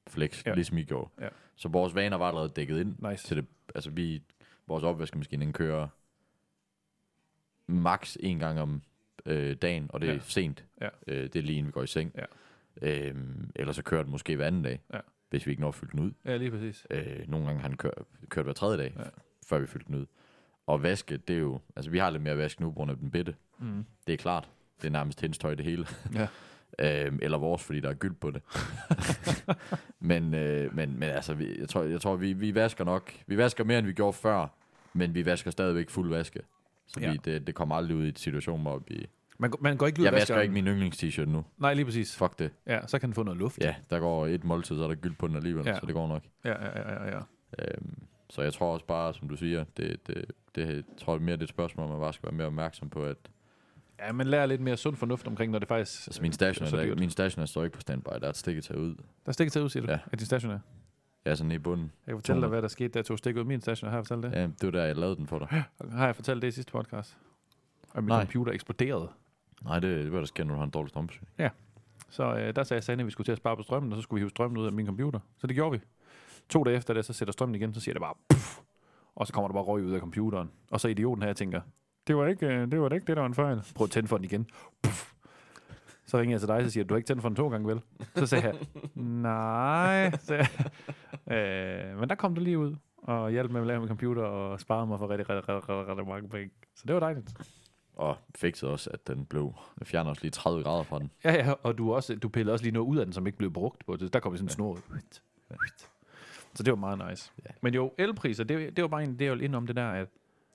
Speaker 1: flex,
Speaker 3: Ja.
Speaker 1: ja. ligesom I gjorde.
Speaker 3: Ja.
Speaker 1: Så vores vaner var allerede dækket ind.
Speaker 3: Nice.
Speaker 1: Til det, altså vi, vores opvaskemaskine den kører max en gang om øh, dagen, og det er
Speaker 3: Ja.
Speaker 1: sent.
Speaker 3: Ja.
Speaker 1: Øh, det er lige inden vi går i seng.
Speaker 3: Ja.
Speaker 1: Øhm, ellers så kører den måske hver anden dag,
Speaker 3: Ja.
Speaker 1: hvis vi ikke når at fylde den ud.
Speaker 3: Ja, lige præcis.
Speaker 1: Øh, nogle gange har den kør, kørt hver tredje dag,
Speaker 3: Ja.
Speaker 1: ja. før vi fyldte den ud. Og vaske, det er jo... Altså, vi har lidt mere vask nu, på grund af den bitte.
Speaker 3: Mm.
Speaker 1: Det er klart. Det er nærmest hendes tøj, det hele.
Speaker 3: Ja.
Speaker 1: øhm, eller vores, fordi der er gyld på det. men, øh, men, men altså, vi, jeg tror, jeg tror vi, vi vasker nok. Vi vasker mere, end vi gjorde før, men vi vasker stadigvæk fuld vaske. Så
Speaker 3: Ja.
Speaker 1: ja. vi, det, det kommer aldrig ud i en situation, hvor vi...
Speaker 3: Man, går- man går ikke ud
Speaker 1: Jeg
Speaker 3: og
Speaker 1: vasker
Speaker 3: den.
Speaker 1: ikke min yndlings-t-shirt nu.
Speaker 3: Nej, lige præcis.
Speaker 1: Fuck det.
Speaker 3: Ja, så kan den få noget luft.
Speaker 1: Ja, der går et måltid, så er der gyld på den alligevel,
Speaker 3: Ja.
Speaker 1: ja. så det går nok.
Speaker 3: Ja, ja, ja, ja. ja.
Speaker 1: Øhm, så jeg tror også bare, som du siger, det, det, det jeg tror jeg mere, det er et spørgsmål, man bare skal være mere opmærksom på, at
Speaker 3: Ja, man lærer lidt mere sund fornuft omkring, når det faktisk...
Speaker 1: altså, min,
Speaker 3: det er
Speaker 1: stationær,
Speaker 3: så
Speaker 1: der, ikke-
Speaker 3: dyrt.
Speaker 1: min stationær står ikke på standby, der er et stik at tage ud.
Speaker 3: Der er stik til ud, siger du, ja.
Speaker 1: Ja.
Speaker 3: af din stationær.
Speaker 1: Ja, sådan i bunden.
Speaker 3: Jeg kan fortælle dig, hvad der skete, da jeg tog stik ud af min stationær. Har jeg fortalt det?
Speaker 1: Ja, det var der, jeg lavede den for dig.
Speaker 3: Ja. Har jeg fortalt det i sidste podcast? Og min Nej.
Speaker 1: Nej.
Speaker 3: computer eksploderede.
Speaker 1: Nej, det, det var der sker, når du har en dårlig strømsyg.
Speaker 3: Så øh, der sagde Sanne, at vi skulle til at spare på strømmen, og så skulle vi hive strømmen ud af min computer. Så det gjorde vi. To dage efter det, så sætter strømmen igen, så siger det bare... Puff, og så kommer der bare røg ud af computeren. Og så idioten her tænker, det var ikke øh, det, var da ikke det der var en fejl. Prøv at tænde for den igen. Puff. Så ringer jeg til dig, så siger jeg, du har ikke tændt for den to gange, vel? Så sagde jeg, nej. Så, øh, men der kom det lige ud, og hjalp med at lave min computer, og sparede mig for rigtig, rigtig, rigtig, rigtig, rigtig mange penge. Så det var dejligt.
Speaker 1: Og fikset også, at den blev... Jeg fjerner også lige 30 grader fra den.
Speaker 3: Ja, ja, og du, også, du pillede også lige noget ud af den, som ikke blev brugt på det. Der kom sådan en snor ud. Så det var meget nice. Ja.
Speaker 1: Ja.
Speaker 3: Men jo, elpriser, det, det var bare en del ind om det der, at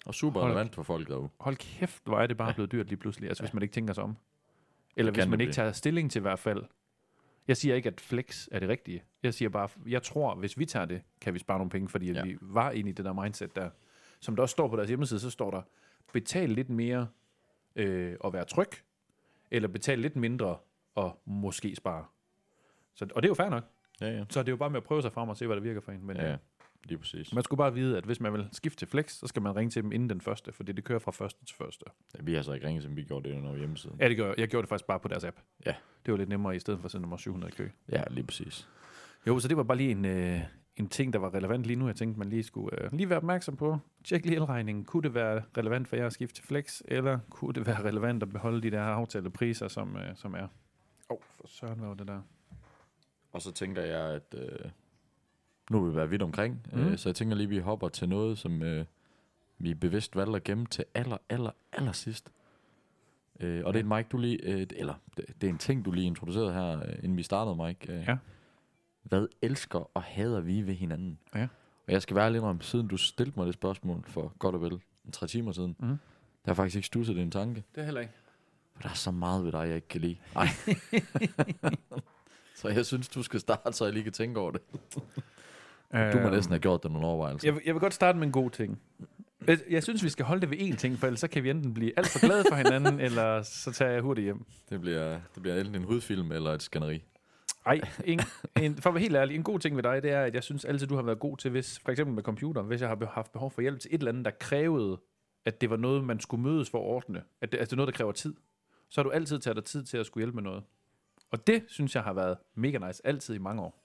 Speaker 1: Og super
Speaker 3: Hold
Speaker 1: relevant for folk derude.
Speaker 3: hold kæft, hvor er det bare blevet dyrt lige pludselig, altså ja. hvis man ikke tænker sig om. Eller
Speaker 1: Det
Speaker 3: hvis
Speaker 1: kan
Speaker 3: man
Speaker 1: det
Speaker 3: ikke
Speaker 1: blive.
Speaker 3: tager stilling til i hvert fald. Jeg siger ikke, at flex er det rigtige. Jeg siger bare, jeg tror, hvis vi tager det, kan vi spare nogle penge, fordi ja.
Speaker 1: Ja.
Speaker 3: vi var inde i det der mindset der. Som der også står på deres hjemmeside, så står der, betal lidt mere øh, og være tryg, eller betal lidt mindre og måske spare. Så, og det er jo fair nok.
Speaker 1: Ja, ja.
Speaker 3: Så det er jo bare med at prøve sig frem og se, hvad der virker for en. Men,
Speaker 1: Ja,
Speaker 3: øh,
Speaker 1: ja. Lige præcis.
Speaker 3: man skulle bare vide, at hvis man vil skifte til flex, så skal man ringe til dem inden den første, fordi det kører fra første til første.
Speaker 1: Ja, vi har så ikke ringet, som vi gjorde det under hjemmesiden.
Speaker 3: Ja, det gør jeg. Jeg gjorde det faktisk bare på deres app.
Speaker 1: Ja.
Speaker 3: Det var lidt nemmere, i stedet for at sende nummer 700 i kø.
Speaker 1: Ja, lige præcis.
Speaker 3: Jo, så det var bare lige en, øh, en ting, der var relevant lige nu. Jeg tænkte, man lige skulle øh, lige være opmærksom på. Tjek lige elregningen. Kunne det være relevant for jer at skifte til flex, eller kunne det være relevant at beholde de der aftalte priser, som, øh, som er? Åh, oh, for søren, hvad var det der?
Speaker 1: Og så tænker jeg, at øh, nu vil vi være vidt omkring, mm.
Speaker 3: Mm.
Speaker 1: øh, så jeg tænker lige, at vi hopper til noget, som øh, vi bevidst valgte at gemme til aller, aller, aller sidst. Øh, og det er en mic, du lige... Øh, det- eller, det, det er en ting, du lige introducerede her, øh, inden vi startede, Mike. Øh,
Speaker 3: Ja.
Speaker 1: Hvad elsker og hader vi ved hinanden?
Speaker 3: Ja.
Speaker 1: Og jeg skal være lidt om, siden du stillede mig det spørgsmål for godt og vel en tre timer siden,
Speaker 3: Mhm.
Speaker 1: der har jeg faktisk ikke stusset den tanke.
Speaker 3: Det er heller ikke.
Speaker 1: For der er så meget ved dig, jeg ikke kan lide. Ej. så jeg synes, du skal starte, så jeg lige kan tænke over det. Du må næsten have gjort dig nogle overvejelser.
Speaker 3: Øhm, Jeg, vil- jeg vil godt starte med en god ting. Jeg, jeg synes, vi skal holde det ved én ting, for ellers så kan vi enten blive alt for glade for hinanden, eller så tager jeg hurtigt hjem.
Speaker 1: Det bliver, det bliver enten en hudfilm eller et skænderi.
Speaker 3: Ej, en, en, for at være helt ærlig, en god ting ved dig, det er, at jeg synes altid, du har været god til, hvis, for eksempel med computer, hvis jeg har be- haft behov for hjælp til et eller andet, der krævede, at det var noget, man skulle mødes for at ordne, at det, altså noget, der kræver tid, så har du altid taget dig tid til at skulle hjælpe med noget. Og det, synes jeg, har været mega nice, altid i mange år.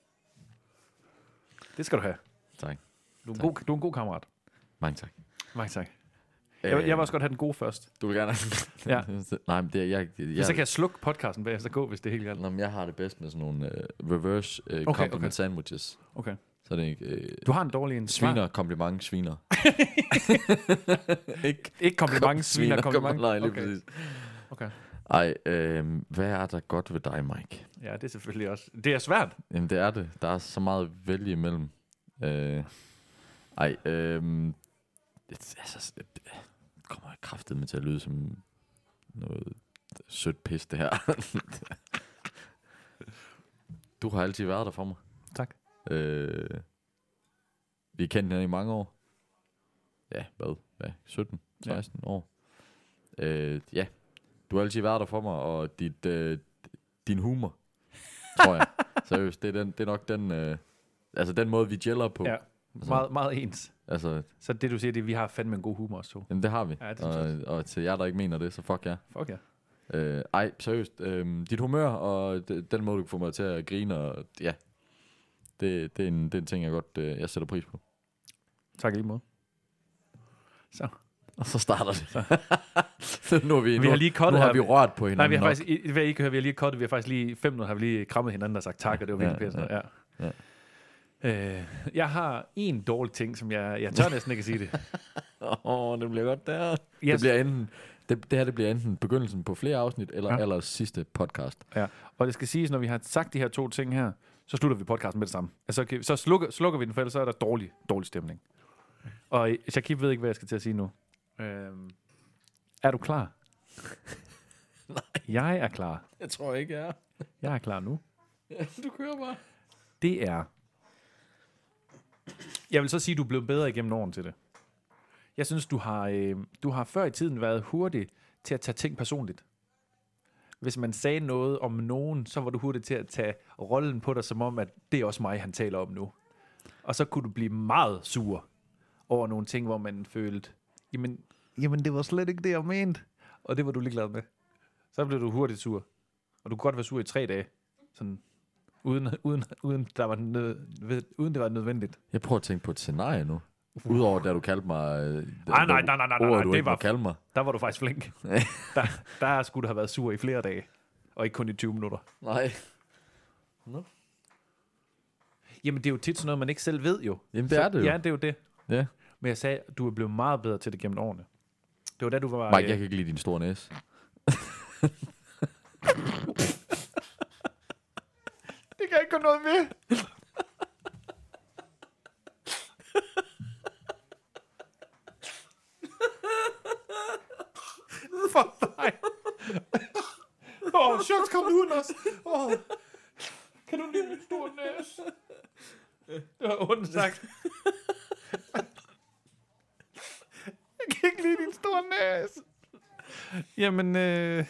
Speaker 3: Det skal du have.
Speaker 1: Tak.
Speaker 3: Du er en,
Speaker 1: Tak.
Speaker 3: god, du er en god kammerat.
Speaker 1: Mange tak.
Speaker 3: Mange tak. Øh, Jeg, jeg vil også godt have den gode først.
Speaker 1: Du vil gerne
Speaker 3: Ja.
Speaker 1: Nej, men det er, jeg, jeg,
Speaker 3: Ja. Så
Speaker 1: jeg,
Speaker 3: kan jeg slukke podcasten bagefter gå, hvis det er helt galt.
Speaker 1: Nå, men jeg har det bedst med sådan nogle øh, reverse øh, okay, compliment
Speaker 3: okay.
Speaker 1: okay. sandwiches.
Speaker 3: Okay.
Speaker 1: Så er det ikke øh,
Speaker 3: Du har en dårlig en.
Speaker 1: sviner, kompliment, sviner. ikke
Speaker 3: Ikke kompliment, sviner, kompliment.
Speaker 1: Nej, lige
Speaker 3: okay.
Speaker 1: præcis.
Speaker 3: okay.
Speaker 1: Ej, øh, hvad er der godt ved dig, Mike?
Speaker 3: Ja, det er selvfølgelig også. Det er svært.
Speaker 1: Jamen, det er det. Der er så meget at vælge imellem. Øh, ej, øh, det, altså, det kommer jeg kraftet med til at lyde som noget sødt pis, det her. du har altid været der for mig.
Speaker 3: Tak.
Speaker 1: Øh, vi har kendt hinanden i mange år. Ja, hvad? hvad? 17,
Speaker 3: Ja.
Speaker 1: 16 ja. år. Øh, ja, du har altid været der for mig, og dit, øh, din humor, tror jeg. Seriøst, det er, den, det er nok den, øh, altså den måde, vi gælder på.
Speaker 3: Ja.
Speaker 1: Ja.
Speaker 3: Meget, meget ens.
Speaker 1: Altså,
Speaker 3: Så det, du siger, det er, vi har fandme en god humor også to.
Speaker 1: jamen, det har vi.
Speaker 3: Ja, det synes jeg
Speaker 1: og, og til jer, der ikke mener det, så fuck jer.
Speaker 3: Fuck ja.
Speaker 1: Øh, ej, seriøst. Øh, dit humør og d- den måde, du kan få mig til at grine, og, ja. Det, det, er en, det er en ting, jeg godt øh, jeg sætter pris på.
Speaker 3: Tak i lige måde. Så.
Speaker 1: Og så starter det. Så nu er vi,
Speaker 3: Vi
Speaker 1: nu,
Speaker 3: har lige
Speaker 1: nu
Speaker 3: kottet
Speaker 1: har
Speaker 3: her.
Speaker 1: vi rørt på hinanden
Speaker 3: Nej, vi har
Speaker 1: nok.
Speaker 3: faktisk, I, hvad I ikke hører, vi har lige kottet, vi har faktisk lige, fem minutter har vi lige krammet hinanden og sagt tak, og det var
Speaker 1: Ja,
Speaker 3: virkelig ja, pænt. Ja. ja.
Speaker 1: ja.
Speaker 3: Øh, jeg har en dårlig ting, som jeg, jeg tør næsten ikke at sige det.
Speaker 1: Åh, oh, det bliver godt der. Yes.
Speaker 3: Yes.
Speaker 1: Det, bliver enten, det, det her det bliver enten begyndelsen på flere afsnit, eller,
Speaker 3: Ja.
Speaker 1: ja. eller sidste podcast.
Speaker 3: Ja. Og det skal siges, når vi har sagt de her to ting her, så slutter vi podcasten med det samme. Altså, okay, så slukker, slukker vi den, for ellers så er der dårlig, dårlig stemning. Og øh, Shakib ved ikke, hvad jeg skal til at sige nu. Øhm, er du klar? Nej. Jeg er klar.
Speaker 1: Jeg tror ikke, jeg er.
Speaker 3: Jeg er klar nu.
Speaker 1: Du kører bare.
Speaker 3: Det er... Jeg vil så sige, at du er blevet bedre igennem årene til det. Jeg synes, du har, øh, du har før i tiden været hurtig til at tage ting personligt. Hvis man sagde noget om nogen, så var du hurtig til at tage rollen på dig, som om, at det er også mig, han taler om nu. Og så kunne du blive meget sur over nogle ting, hvor man følte, jamen, jamen det var slet ikke det, jeg mente. Og det var du ligeglad med. Så blev du hurtigt sur. Og du kunne godt være sur i tre dage. Sådan uden, uden, uden, der var nød, ved- uden det var nødvendigt.
Speaker 1: Jeg prøver at tænke på et scenarie nu. Udover da du kaldte mig... Øh,
Speaker 3: nej, nej, nej, nej, nej, nej,
Speaker 1: ordet, du
Speaker 3: det
Speaker 1: ikke
Speaker 3: var-
Speaker 1: må kalde mig.
Speaker 3: Der var du faktisk flink. der, der skulle du have været sur i flere dage, og ikke kun i 20 minutter.
Speaker 1: Nej.
Speaker 3: Jamen, det er jo tit sådan noget, man ikke selv ved jo.
Speaker 1: Jamen, det er det jo.
Speaker 3: Ja, det er jo det.
Speaker 1: Ja.
Speaker 3: Men jeg sagde, du er blevet meget bedre til det gennem årene. Det var da, du var...
Speaker 1: Mike, jeg kan ikke lide din store næse.
Speaker 3: Det kan jeg ikke gøre noget ved. For dig. Åh, oh, shucks, kom nu, Anders. Oh. Kan du lide min store næse? Det var ondt sagt. Jeg kan ikke lide din store næse. Jamen, øh,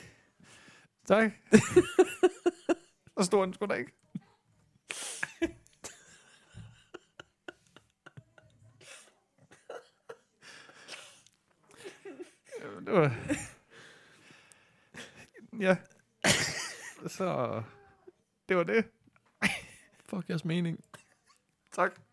Speaker 3: tak. Og stor er den sgu da ikke. Jamen, det var... Ja. Så... Det var det.
Speaker 1: Fuck jeres mening.
Speaker 3: Tak.